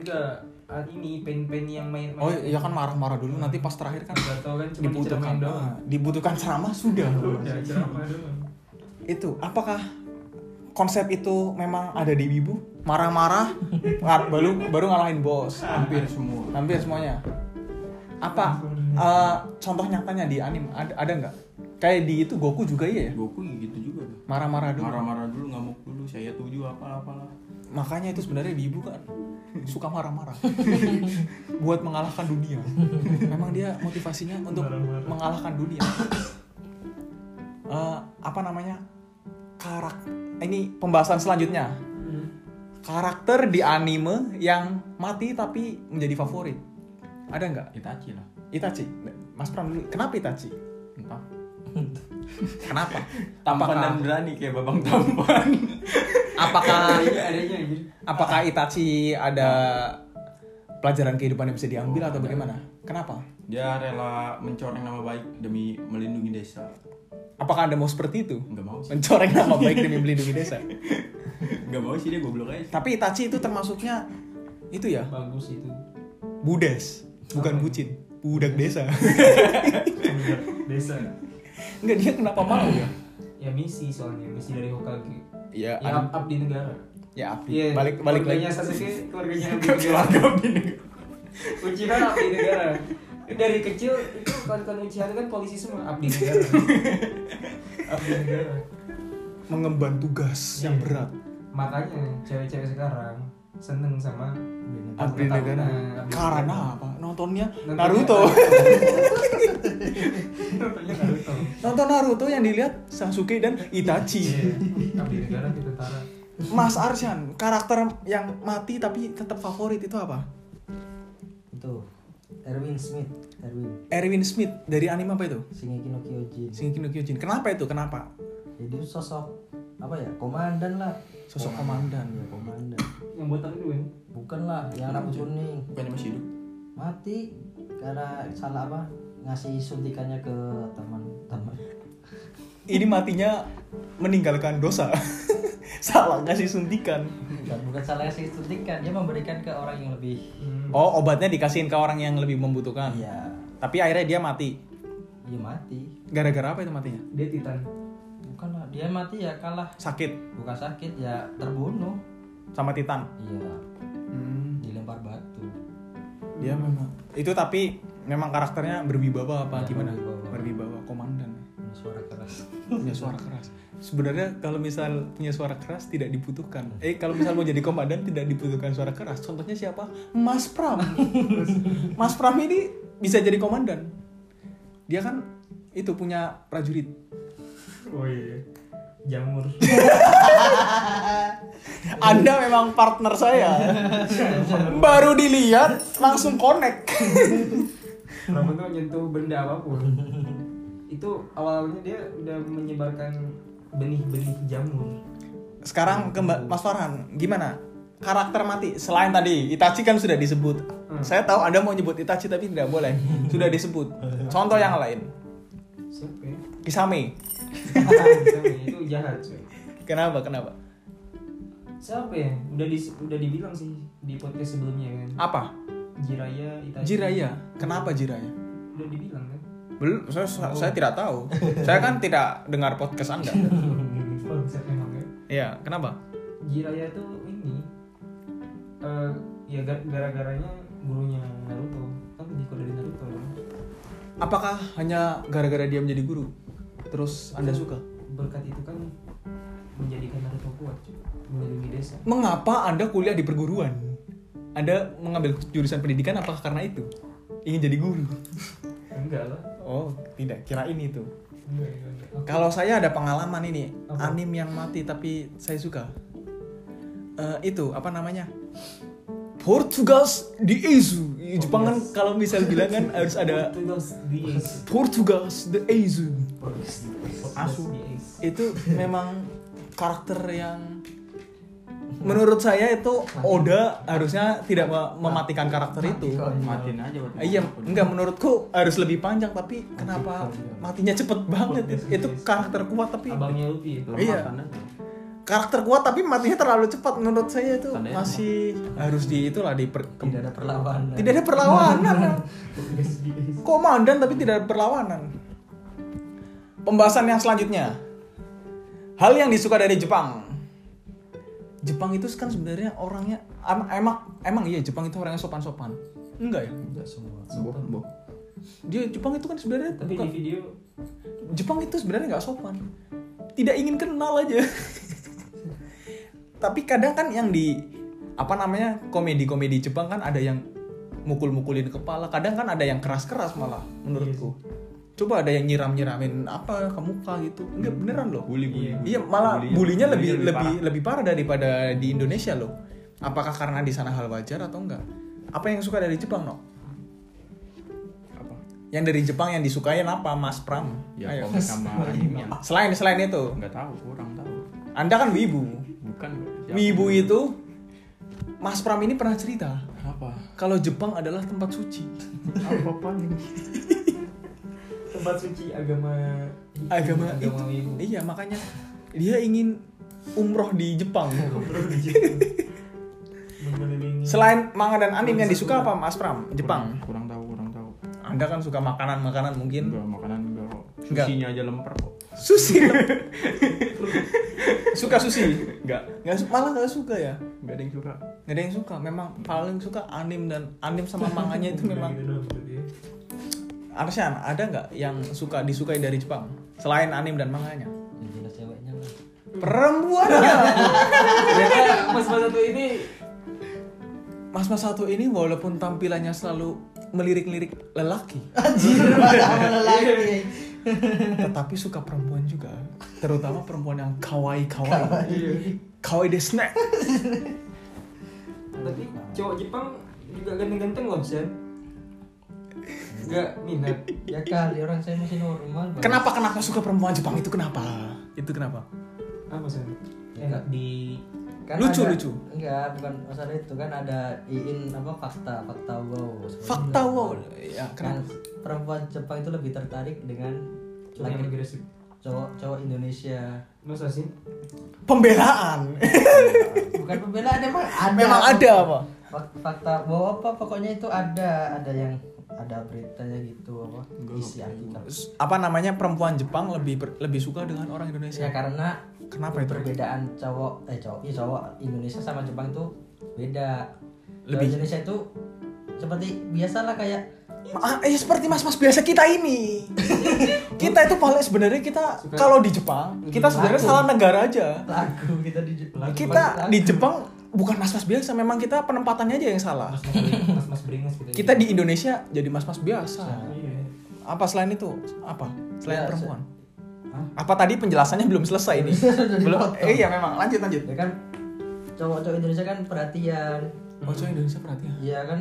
Speaker 2: enggak ah, ini pen-pen yang main, main
Speaker 3: Oh iya kan marah-marah dulu nanti pas terakhir kan
Speaker 2: Nggak tahu kan cuma
Speaker 3: dibutuhkan
Speaker 2: diceramain doang
Speaker 3: Ah, dibutuhkan ceramah sudah.
Speaker 2: udah ceramah doang
Speaker 3: itu apakah konsep itu memang ada di Wibu? Marah-marah ngar- baru baru ngalahin bos.
Speaker 4: hampir semua.
Speaker 3: Hampir semuanya. Apa eh, contoh nyatanya di anime ada ada nggak? Kayak di itu Goku juga iya ya?
Speaker 4: Goku gitu juga tuh.
Speaker 3: Marah-marah dulu.
Speaker 4: Marah-marah dulu, ngamuk dulu, saya tuju apalah-apalah.
Speaker 3: Makanya itu sebenarnya Wibu kan suka marah-marah buat mengalahkan dunia. Memang dia motivasinya untuk
Speaker 2: Marah-marah.
Speaker 3: mengalahkan dunia. Eh, apa namanya? Karak ini pembahasan selanjutnya.
Speaker 2: Hmm.
Speaker 3: karakter di anime yang mati tapi menjadi favorit ada nggak
Speaker 4: Itachi lah.
Speaker 3: Itachi Mas Pram dulu kenapa Itachi
Speaker 4: Entah.
Speaker 3: kenapa
Speaker 4: Tampan
Speaker 3: Apakah-
Speaker 4: dan berani kayak babang tampan.
Speaker 3: apakah
Speaker 2: Adanya- adanya anjir.
Speaker 3: apakah Itachi ada pelajaran kehidupan yang bisa diambil atau bagaimana kenapa
Speaker 4: Dia rela mencoreng nama baik demi melindungi desa.
Speaker 3: apakah anda mau seperti itu
Speaker 4: Enggak mau sih.
Speaker 3: mencoreng nama baik demi melindungi desa
Speaker 4: Enggak mau sih dia goblok aja.
Speaker 3: tapi Itachi itu termasuknya itu ya
Speaker 2: bagus itu
Speaker 3: budes bukan bucin budak desa
Speaker 2: Iya, desa
Speaker 3: nggak dia kenapa mau ya
Speaker 2: ya misi soalnya misi dari Hokage
Speaker 3: ya
Speaker 2: ya
Speaker 3: an-
Speaker 2: up, up di negara
Speaker 3: ya Abi.
Speaker 2: Iya,
Speaker 3: balik balik
Speaker 2: keluarganya
Speaker 3: lagi
Speaker 2: Sasuke keluarganya up di negara Uchiha up di negara dari kecil itu kawan-kawan Uchiha itu kan polisi semua up di negara up di negara
Speaker 3: mengemban tugas yang berat
Speaker 2: makanya cewek-cewek sekarang seneng sama
Speaker 3: Abdi
Speaker 2: Tahunan,
Speaker 3: Negara.
Speaker 2: abdi
Speaker 3: Karena
Speaker 2: negara.
Speaker 3: apa? Nontonnya
Speaker 2: Nontonnya
Speaker 3: Naruto.
Speaker 2: Nontonnya Naruto
Speaker 3: Nonton Naruto yang dilihat Sasuke dan Itachi.
Speaker 2: Iya, abdi negara di tentara
Speaker 3: Mas Arsyan, karakter yang mati tapi tetap favorit itu apa?
Speaker 5: itu Erwin Smith Erwin
Speaker 3: Erwin Smith dari anime apa itu?
Speaker 5: Shingeki no Kyojin
Speaker 3: Shingeki no Kyojin. Kenapa itu? Kenapa?
Speaker 5: jadi Ya, sosok apa ya komandan lah
Speaker 3: Sosok komandan.
Speaker 5: ya komandan
Speaker 2: yang botak itu kan
Speaker 5: bukan lah yang rambut kuning
Speaker 4: Bukannya masih hidup?
Speaker 5: mati karena salah apa ngasih suntikannya ke teman-teman
Speaker 3: Ini matinya meninggalkan dosa. Salah kasih suntikan.
Speaker 5: bukan bukan salah ngasih suntikan dia memberikan ke orang yang lebih
Speaker 2: Hmm.
Speaker 3: Oh, obatnya dikasihin ke orang yang lebih membutuhkan.
Speaker 5: iya
Speaker 3: Tapi akhirnya dia mati.
Speaker 5: dia mati
Speaker 3: Gara-gara apa itu matinya?
Speaker 2: dia titan
Speaker 5: bukan lah dia mati ya kalah
Speaker 3: Sakit
Speaker 5: bukan sakit ya terbunuh
Speaker 3: sama Titan.
Speaker 5: iya dilempar batu
Speaker 3: Dia memang. Itu tapi memang karakternya berwibawa apa
Speaker 5: Iya,
Speaker 3: gimana?
Speaker 5: berwibawa.
Speaker 3: Berwibawa komandan.
Speaker 5: Ini suara keras
Speaker 3: Punya suara keras. Sebenarnya kalau misal punya suara keras tidak dibutuhkan. Eh kalau misal mau jadi komandan tidak dibutuhkan suara keras. Contohnya siapa? Mas Pram. Mas Pram ini bisa jadi komandan. Dia kan itu punya prajurit.
Speaker 2: oh iya jamur
Speaker 3: Anda memang partner saya. Baru dilihat langsung connect.
Speaker 2: Roman tuh nyentuh benda apapun itu awalnya dia udah menyebarkan benih-benih jamur
Speaker 3: Sekarang ke Mbak- Mas Farhan, gimana? Karakter mati selain tadi Itachi kan sudah disebut. Saya tahu Anda mau nyebut Itachi tapi tidak boleh. Sudah disebut. Contoh yang lain.
Speaker 2: siapa ya?
Speaker 3: Kisame.
Speaker 2: itu jahat cuy
Speaker 3: Kenapa? Kenapa?
Speaker 2: siapa ya udah di, udah dibilang sih di podcast sebelumnya kan
Speaker 3: Apa?
Speaker 2: Jiraya Itachi
Speaker 3: Jiraya. Kenapa Oh. Jiraya?
Speaker 2: udah dibilang kan
Speaker 3: Belum, saya, saya- saya tidak tahu. Saya kan tidak dengar podcast Anda.
Speaker 2: konsep emang ya
Speaker 3: Iya, kenapa?
Speaker 2: Jiraya tuh ini eh ya gar- gara-garanya gurunya Naruto kan Niko dari Naruto kan?
Speaker 3: Apakah hanya gara-gara dia menjadi guru? Terus Anda suka?
Speaker 2: berkat itu kan menjadikan Naruto kuat cuy. melindungi desa
Speaker 3: Mengapa Anda kuliah di perguruan? Anda mengambil jurusan pendidikan apakah karena itu? Ingin jadi guru?
Speaker 2: enggak lah
Speaker 3: Oh, tidak. Kirain itu.
Speaker 2: enggak enggak, enggak.
Speaker 3: Kalau saya ada pengalaman ini,
Speaker 2: Apa?
Speaker 3: anim yang mati tapi saya suka. Eh, itu apa namanya? Portugas di Ezu. Jepang kan kalau misal bilang kan harus ada
Speaker 2: Portugal di Ace
Speaker 3: Portugas de Ezu.
Speaker 2: Portugal di Ace.
Speaker 3: Asu.
Speaker 2: Di Ace.
Speaker 3: Itu memang karakter yang menurut saya itu Oda harusnya tidak me- mematikan karakter itu.
Speaker 4: Matiin aja buat
Speaker 3: Eh, Iya, enggak menurutku harus lebih panjang tapi kenapa matinya cepet banget? Itu karakter kuat tapi
Speaker 2: abangnya Luffy ya?
Speaker 4: Lemah
Speaker 3: Iya.
Speaker 4: tanda.
Speaker 3: karakter kuat tapi matinya terlalu cepat menurut saya itu
Speaker 4: Tandanya
Speaker 3: masih harus di itulah di per-
Speaker 5: tidak ada perlawanan
Speaker 3: tidak ada perlawanan
Speaker 2: Portugal di Ace.
Speaker 3: komandan tapi tidak ada perlawanan pembahasan yang selanjutnya hal yang disuka dari Jepang Jepang itu kan sebenarnya orangnya em- emang emang iya Jepang itu orangnya sopan-sopan enggak ya
Speaker 5: Tidak semua
Speaker 4: Boh, boh.
Speaker 3: dia Jepang itu kan sebenarnya
Speaker 2: tapi di
Speaker 3: bukan-
Speaker 2: video
Speaker 3: Jepang itu sebenarnya nggak sopan tidak ingin kenal aja tapi kadang kan yang di apa namanya komedi-komedi Jepang kan ada yang mukul-mukulin kepala kadang kan ada yang keras-keras malah menurutku
Speaker 4: Iya
Speaker 3: coba ada yang nyiram-nyiramin apa ke muka gitu enggak beneran loh
Speaker 4: Hmm. Bully, bully, bully.
Speaker 3: iya malah
Speaker 4: Bullynya-
Speaker 3: bulinya
Speaker 4: bullynya
Speaker 3: lebih
Speaker 4: lebih
Speaker 3: lebih lebih parah daripada di Indonesia loh apakah karena di sana hal wajar atau enggak apa yang suka dari Jepang no
Speaker 4: Apa?
Speaker 3: yang dari Jepang yang disukain apa Mas Pram
Speaker 4: Ya komik sama animnya.
Speaker 3: Selain selain itu,
Speaker 4: Enggak tahu, kurang tahu.
Speaker 3: Anda kan wibu.
Speaker 4: Bukan.
Speaker 2: Ya.
Speaker 4: siapa?
Speaker 3: Wibu itu Mas Pram ini pernah cerita
Speaker 4: Apa?
Speaker 3: kalau Jepang adalah tempat suci.
Speaker 4: Apa paling?
Speaker 2: tempat suci agama
Speaker 3: Agama,
Speaker 2: agama Wibu.
Speaker 3: itu. Iya, makanya dia ingin umroh di Jepang.
Speaker 2: mengelilingi
Speaker 3: Selain manga dan anime yang disuka apa Mas Pram? Jepang.
Speaker 4: Ah,
Speaker 2: Hmm.
Speaker 4: Kurang tahu, kurang tahu.
Speaker 3: Anda kan suka makanan-makanan mungkin.
Speaker 4: Enggak makanan enggak kok.
Speaker 3: Enggak.
Speaker 4: Susinya aja lemper kok.
Speaker 3: Sushi. suka sushi?
Speaker 4: Enggak.
Speaker 3: Nggak, su- malah nggak suka ya.
Speaker 4: Enggak ada yang suka.
Speaker 3: Nggak ada yang suka. Memang paling suka anim dan anim sama manganya itu memang
Speaker 2: Gitu doang berarti ya.
Speaker 3: Arsyan, ada nggak yang suka disukai dari Jepang selain anim dan manganya?
Speaker 5: Ya, jelas ceweknya lah
Speaker 3: Perempuan.
Speaker 2: Ternyata Ya, mas mas satu ini
Speaker 3: Mas Mas satu ini walaupun tampilannya selalu melirik-lirik lelaki,
Speaker 5: anjir lelaki
Speaker 3: tetapi suka perempuan juga, terutama perempuan yang kawaii kawaii, kawaii desu ne.
Speaker 2: tapi cowok Jepang juga ganteng-ganteng loh Sen Gak minat.
Speaker 5: ya kali orang saya masih normal Bang.
Speaker 3: Kenapa kenapa suka perempuan Jepang itu kenapa? Itu kenapa?
Speaker 2: Apa sih?
Speaker 5: Enak Ya, di
Speaker 3: Lucu,
Speaker 5: Kan ada-
Speaker 3: lucu.
Speaker 5: enggak bukan masalah itu kan ada iin apa fakta fakta wow sebenarnya.
Speaker 3: Fakta wow. Ya,
Speaker 5: kan
Speaker 3: kenapa?
Speaker 5: perempuan Jepang itu lebih tertarik dengan
Speaker 2: Lagi
Speaker 5: laki
Speaker 2: agresif.
Speaker 5: cowok cowok Indonesia
Speaker 2: Masa sih?
Speaker 3: Pembelaan.
Speaker 5: bukan pembelaan emang ada
Speaker 3: Memang ada apa?
Speaker 5: Fak- fakta bahwa apa pokoknya itu ada ada yang ada beritanya gitu apa isi artikel
Speaker 3: Apa namanya perempuan Jepang lebih ber- lebih suka dengan orang Indonesia?
Speaker 5: ya karena
Speaker 3: Kenapa itu?
Speaker 5: perbedaan cowok eh cowok iya cowok Indonesia sama Jepang itu beda
Speaker 3: Lebih.
Speaker 5: Lebih. Indonesia itu seperti biasalah kayak
Speaker 3: Ah, eh, seperti mas-mas biasa kita ini. kita itu paling sebenarnya kita kalau di Jepang kita sebenarnya salah negara aja.
Speaker 5: lagu kita di Jepang
Speaker 3: Kita di Jepang bukan mas-mas biasa, memang kita penempatannya aja yang salah.
Speaker 2: Mas mas beringas gitu.
Speaker 3: Kita di Indonesia jadi mas-mas biasa.
Speaker 2: Iya.
Speaker 3: Apa selain itu? Apa? Selain
Speaker 5: Ya,
Speaker 3: perempuan.
Speaker 5: Hah?
Speaker 3: Apa tadi penjelasannya belum selesai ini?
Speaker 5: Sudah
Speaker 3: Belum.
Speaker 5: dipotong.
Speaker 3: Eh, iya memang. Lanjut lanjut.
Speaker 5: ya kan cowok-cowok Indonesia kan perhatian
Speaker 3: Oh, cowok Indonesia perhatian.
Speaker 5: ya kan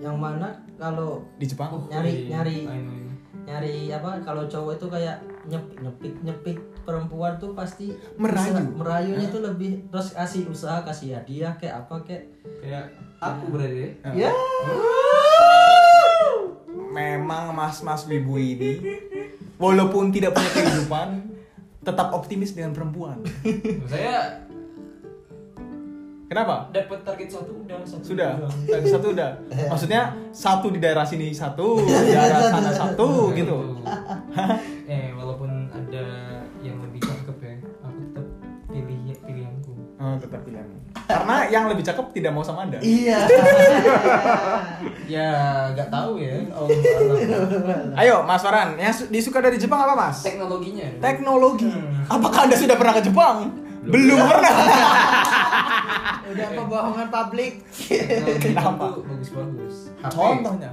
Speaker 5: yang mana kalau
Speaker 3: Di Jepang.
Speaker 5: nyari
Speaker 2: Iya, I
Speaker 5: nyari
Speaker 2: know, I know.
Speaker 5: nyari apa kalau cowok itu kayak nyepik nyepik nyepik perempuan tuh pasti
Speaker 3: Merayu.
Speaker 5: usaha- merayunya tuh lebih terus kasih usaha kasih hadiah kayak apa kayak
Speaker 2: Kayak aku berarti.
Speaker 5: ya
Speaker 3: Memang mas-mas wibu ini walaupun tidak punya kehidupan tetap optimis dengan perempuan.
Speaker 2: Saya
Speaker 3: Kenapa?
Speaker 2: dapat target satu udah satu.
Speaker 3: Sudah,
Speaker 2: udah.
Speaker 3: tadi satu udah. Maksudnya satu di daerah sini satu, di daerah sana satu gitu.
Speaker 2: Iya, eh walaupun ada yang lebih cakep ya, aku tetap pilih pilihanku.
Speaker 3: Oh, tetap bilang. Karena yang lebih cakep tidak mau sama Anda.
Speaker 5: iya
Speaker 2: Ya nggak tahu ya. Oh,
Speaker 3: Ayo, Mas Farhan, yang su- disuka dari Jepang apa, Mas?
Speaker 2: teknologinya.
Speaker 3: Teknologi. Apakah Anda sudah pernah ke Jepang? Belum pernah.
Speaker 5: udah apa bohongan publik
Speaker 2: Teknologi
Speaker 3: Kenapa?
Speaker 2: itu bagus-bagus. HP.
Speaker 3: Contohnya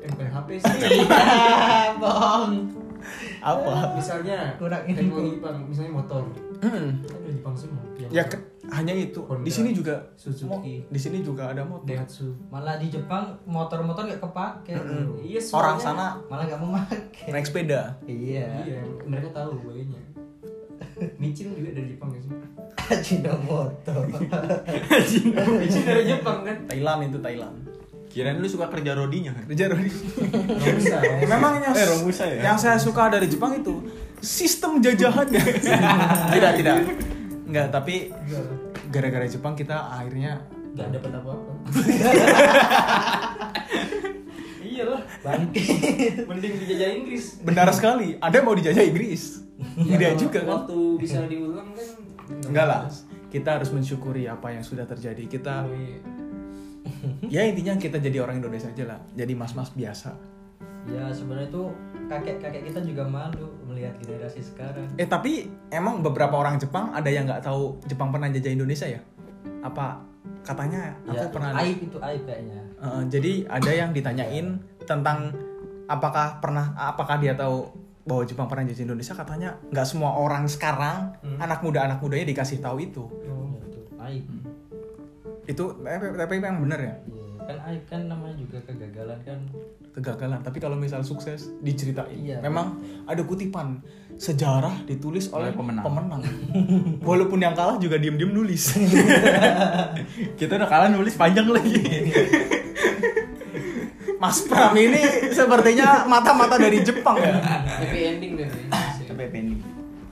Speaker 2: Eh, bukan HP sih.
Speaker 5: Ya, bohong
Speaker 3: apa?
Speaker 2: misalnya
Speaker 5: Kurang
Speaker 2: teknologi Jepang, misalnya motor.
Speaker 3: Hmm.
Speaker 2: Kan dari Jepang semua. Yang
Speaker 3: Ya ke- hanya itu. Di sini juga mo-
Speaker 2: Suzuki,
Speaker 3: di sini juga ada motor.
Speaker 2: Daihatsu.
Speaker 5: malah di Jepang motor-motor nggak kepake
Speaker 2: Iya,
Speaker 3: Orang
Speaker 2: soalnya-
Speaker 3: sana
Speaker 5: malah nggak memakai
Speaker 3: naik sepeda.
Speaker 5: iya
Speaker 2: Iya, mereka tahu gayanya. Micin juga dari Jepang ya sih.
Speaker 5: Cina motor
Speaker 2: Micin dari Jepang kan?
Speaker 3: Thailand itu Thailand.
Speaker 4: Kirain lu suka kerja rodinya kan?
Speaker 3: Kerja Rodi.
Speaker 2: Gak bisa.
Speaker 3: Ya, memang yang,
Speaker 4: Eh, Romusa ya?
Speaker 3: yang saya suka dari Jepang itu sistem jajahannya. tidak, tidak. Enggak, tapi gara-gara Jepang kita akhirnya
Speaker 2: Gak dapat apa-apa. Iyalah, mending dijajah Inggris.
Speaker 3: benar sekali. Anda mau dijajah Inggris? Tidak
Speaker 2: Ya,
Speaker 3: juga kan?
Speaker 2: Waktu bisa diulang kan?
Speaker 3: Enggak lah. Kita harus mensyukuri apa yang sudah terjadi. Kita
Speaker 2: Oh, iya.
Speaker 3: ya intinya kita jadi orang Indonesia aja lah. Jadi mas-mas biasa.
Speaker 5: ya sebenarnya tuh kakek-kakek kita juga malu melihat generasi sekarang
Speaker 3: Eh tapi emang beberapa orang Jepang ada yang nggak tahu Jepang pernah jajah Indonesia ya? Apa katanya aku
Speaker 5: ya,
Speaker 3: pernah
Speaker 5: aib itu aib kayaknya
Speaker 3: Eh, jadi ada yang ditanyain tentang apakah pernah apakah dia tahu bahwa Jepang pernah jajah Indonesia katanya nggak semua orang sekarang anak muda anak mudanya dikasih tahu itu
Speaker 5: Ya, itu aib
Speaker 3: itu eh, tapi yang bener ya
Speaker 5: Iya, kan aib kan namanya juga kegagalan kan
Speaker 3: kegagalan tapi kalau misal sukses diceritain
Speaker 5: Iya.
Speaker 3: memang ada kutipan sejarah ditulis oleh
Speaker 4: Oleh pemenang.
Speaker 3: walaupun yang kalah juga diem diem nulis
Speaker 4: Kita udah kalah nulis panjang lagi.
Speaker 3: Mas Pram ini sepertinya mata-mata dari Jepang ya.
Speaker 2: Happy ending deh. iya.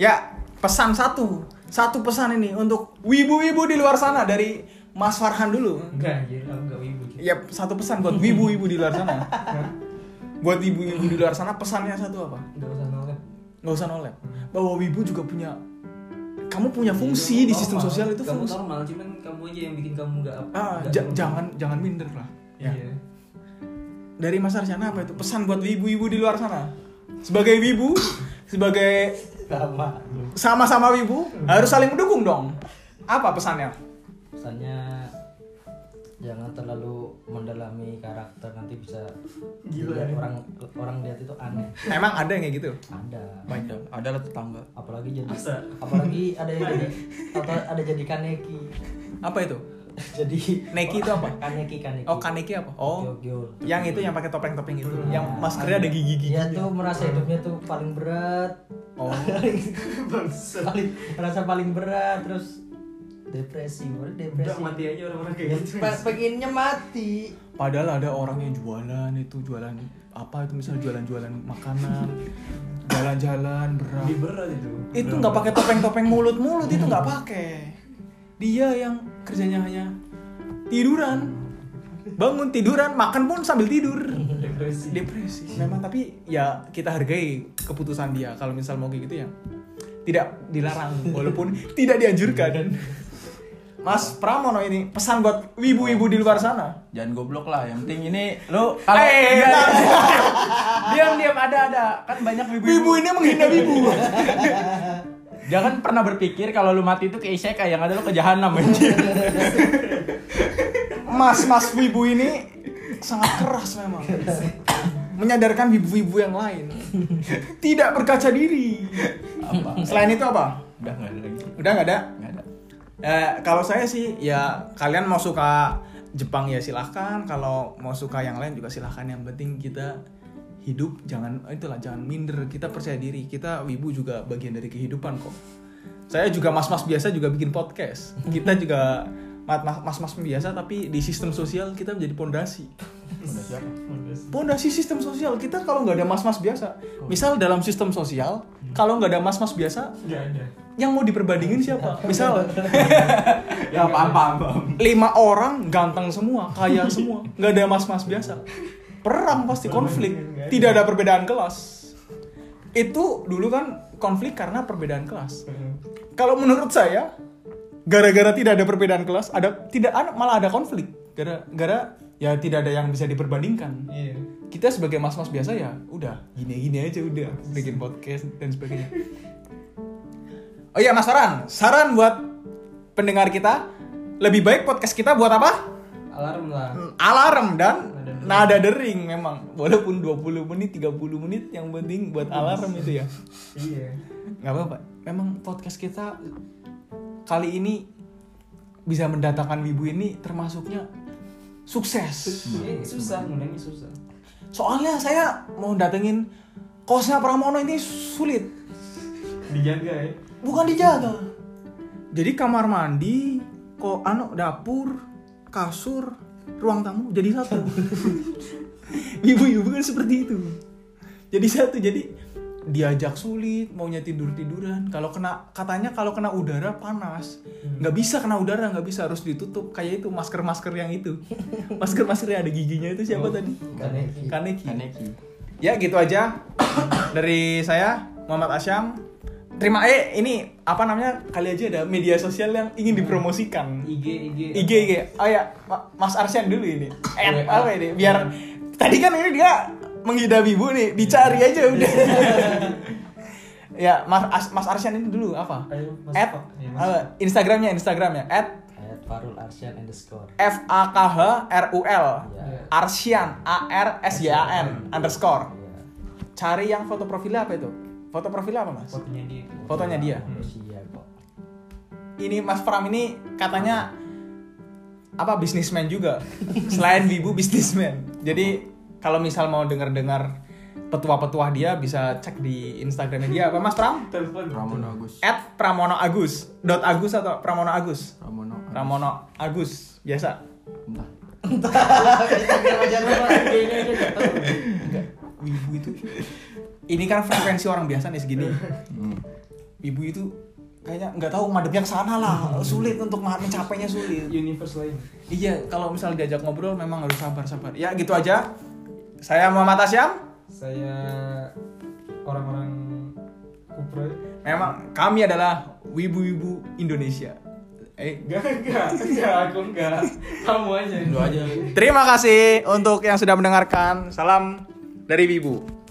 Speaker 3: Ya, pesan satu. Satu pesan ini untuk wibu-wibu di luar sana dari Mas Farhan dulu.
Speaker 2: Enggak, anjir, aku enggak wibu.
Speaker 3: Ya, satu pesan buat wibu-wibu di luar sana. buat ibu-ibu di luar sana pesannya satu apa?
Speaker 2: Enggak usah kan. nolak.
Speaker 3: Nggak usah nolep. Bahwa wibu juga punya kamu punya fungsi di sistem sosial itu
Speaker 2: Iya, kamu
Speaker 3: fungsi.
Speaker 2: normal, cuman kamu aja yang bikin kamu enggak apa.
Speaker 3: Ah,
Speaker 2: enggak
Speaker 3: ja-
Speaker 2: normal.
Speaker 3: jangan jangan minder lah. Ya.
Speaker 2: Iya.
Speaker 3: dari Mas Arsyana apa itu pesan buat wibu-wibu di luar sana sebagai wibu sebagai sama sama wibu harus saling mendukung dong apa pesannya
Speaker 5: pesannya jangan terlalu mendalami karakter nanti bisa dilihat orang orang lihat itu aneh
Speaker 3: emang ada yang kayak gitu
Speaker 5: ada
Speaker 4: Panjang. Ada lah tetangga.
Speaker 5: apalagi jadi
Speaker 2: Masa?
Speaker 5: apalagi ada yang jadi atau ada jadi kaneki
Speaker 3: apa itu
Speaker 5: jadi
Speaker 3: Neki itu apa?
Speaker 5: kaneki kaneki
Speaker 3: Oh kaneki apa? Oh,
Speaker 5: Gyo-gyo.
Speaker 3: yang itu yang pakai topeng-topeng itu,
Speaker 5: Nah,
Speaker 3: yang maskernya ada gigi-gigi. gitu.
Speaker 5: Dia Iya, tuh merasa hidupnya tuh paling berat.
Speaker 3: Oh.
Speaker 5: paling merasa paling berat terus depresi, baru depresi.
Speaker 2: Udah mati aja orang-orang kayak gitu.
Speaker 5: Pe- pengennya mati.
Speaker 3: Padahal ada orang yang jualan itu jualan apa itu misalnya jualan-jualan makanan, jalan-jalan berat.
Speaker 2: Lebih berat itu.
Speaker 3: Itu nggak pakai topeng-topeng mulut-mulut itu nggak pakai. Dia yang kerjanya hanya tiduran, bangun tiduran, makan pun sambil tidur.
Speaker 2: depresi.
Speaker 3: Depresi. Memang tapi ya kita hargai keputusan dia. Kalau misal mau kayak gitu ya tidak dilarang walaupun tidak dianjurkan. Mas Pramono ini pesan buat wibu-wibu di luar sana.
Speaker 4: Jangan goblok lah, yang penting ini lu
Speaker 3: Eh,
Speaker 4: Enggak,
Speaker 3: enggak.
Speaker 4: diam diam ada ada kan banyak
Speaker 3: Wibu
Speaker 4: wibu
Speaker 3: ini menghina wibu.
Speaker 4: Jangan pernah berpikir kalau lu mati itu ke isekai yang ada lu ke jahanam anjir.
Speaker 3: Mas-mas wibu ini sangat keras memang. Menyadarkan wibu-wibu yang lain. Tidak berkaca diri.
Speaker 4: Apa?
Speaker 3: Selain itu apa?
Speaker 4: Udah enggak ada lagi.
Speaker 3: Udah nggak ada?
Speaker 4: Enggak ada.
Speaker 3: Eh, kalau saya sih ya kalian mau suka Jepang ya silahkan. Kalau mau suka yang lain juga silahkan. Yang penting kita hidup jangan eh, itulah jangan minder. Kita percaya diri. Kita wibu juga bagian dari kehidupan kok. Saya juga mas-mas biasa juga bikin podcast. Kita juga mat- mas- mas-mas biasa tapi di sistem sosial kita menjadi pondasi.
Speaker 4: Udah siap.
Speaker 3: Pondasi Oh. sistem sosial kita kalau nggak ada mas-mas biasa. Misal dalam sistem sosial kalau nggak ada mas-mas biasa
Speaker 2: Enggak ada.
Speaker 3: yang mau diperbandingin siapa? Misal
Speaker 4: Ya paham paham. paham.
Speaker 3: lima orang ganteng semua, kaya semua, nggak ada mas-mas biasa. Perang pasti konflik, tidak ada perbedaan kelas. Itu dulu kan konflik karena perbedaan kelas. Kalau menurut saya, gara-gara tidak ada perbedaan kelas, ada tidak ada- malah ada konflik. Gara-gara ya tidak ada yang bisa diperbandingkan
Speaker 2: Iya.
Speaker 3: kita sebagai mas-mas biasa ya udah gini-gini aja udah bikin podcast dan sebagainya. Oh iya Mas Saran, saran buat pendengar kita lebih baik podcast kita buat apa?
Speaker 2: Alarm lah.
Speaker 3: Alarm dan nada dering memang. Walaupun 20 menit, 30 menit yang penting buat alarm itu ya.
Speaker 2: Iya.
Speaker 3: nggak apa-apa. Memang podcast kita kali ini bisa mendatangkan wibu ini termasuknya sukses.
Speaker 2: Ini susah, ngundangnya susah.
Speaker 3: Soalnya saya mau datengin kosnya Pramono ini sulit,
Speaker 2: Dijaga ya.
Speaker 3: bukan dijaga. Jadi kamar mandi, kok anu dapur, kasur, ruang tamu jadi satu. Ibu-ibu kan seperti itu. Jadi satu, jadi diajak sulit, maunya tidur tiduran. Kalau kena katanya kalau kena udara panas, nggak bisa kena udara, nggak bisa harus ditutup. Kayak itu masker masker yang itu, masker masker yang ada giginya itu siapa tadi?
Speaker 5: Kaneki.
Speaker 3: Kaneki.
Speaker 4: Kaneki.
Speaker 3: Ya gitu aja dari saya Muhammad Asyam. Terima eh ini apa namanya kali aja ada media sosial yang ingin dipromosikan.
Speaker 2: IG IG.
Speaker 3: IG IG. Oh ya Ma- Mas Arsyan dulu ini. Eh, apa ini? Biar tadi kan ini dia menghidap ibu nih, dicari aja udah. ya Mas As- Mas Arsyan ini dulu apa?
Speaker 2: Ayo, Mas
Speaker 3: At
Speaker 2: Pak. Ya, Mas
Speaker 3: apa? Instagramnya Instagramnya at
Speaker 5: Kayak Farul Arsyan underscore.
Speaker 3: F A K H R U L
Speaker 5: Ya.
Speaker 3: Arsyan A R S Y A N underscore
Speaker 5: Iya.
Speaker 3: cari yang foto profilnya apa itu? Foto profilnya apa mas?
Speaker 2: Fotonya dia.
Speaker 3: Fotonya dia.
Speaker 5: Manusia kok.
Speaker 3: Ini Mas Pram ini katanya apa bisnismen juga. Selain wibu bisnismen. Jadi kalau misal mau dengar-dengar petua-petua dia bisa cek di Instagramnya dia apa Mas Pram?
Speaker 2: Telepon.
Speaker 4: Pramono Agus.
Speaker 3: At Pramono Agus. Dot Agus atau Pramono Agus?
Speaker 4: Pramono.
Speaker 3: Pramono Agus biasa.
Speaker 4: Entah.
Speaker 3: Wibu itu. Ini kan frekuensi orang biasa nih segini.
Speaker 4: Hmm.
Speaker 3: Wibu itu kayaknya nggak tahu madep yang sana lah. Sulit untuk mencapainya sulit.
Speaker 2: Universe lain.
Speaker 3: Iya, kalau misal diajak ngobrol memang harus sabar-sabar. Ya gitu aja. Saya Muhammad Asyam.
Speaker 2: Saya orang-orang kupro.
Speaker 3: Memang kami adalah wibu-wibu Indonesia. Eh,
Speaker 2: Enggak, enggak, enggak, aku enggak. Kamu aja.
Speaker 4: Lu aja.
Speaker 3: terima kasih untuk yang sudah mendengarkan. Salam dari Wibu.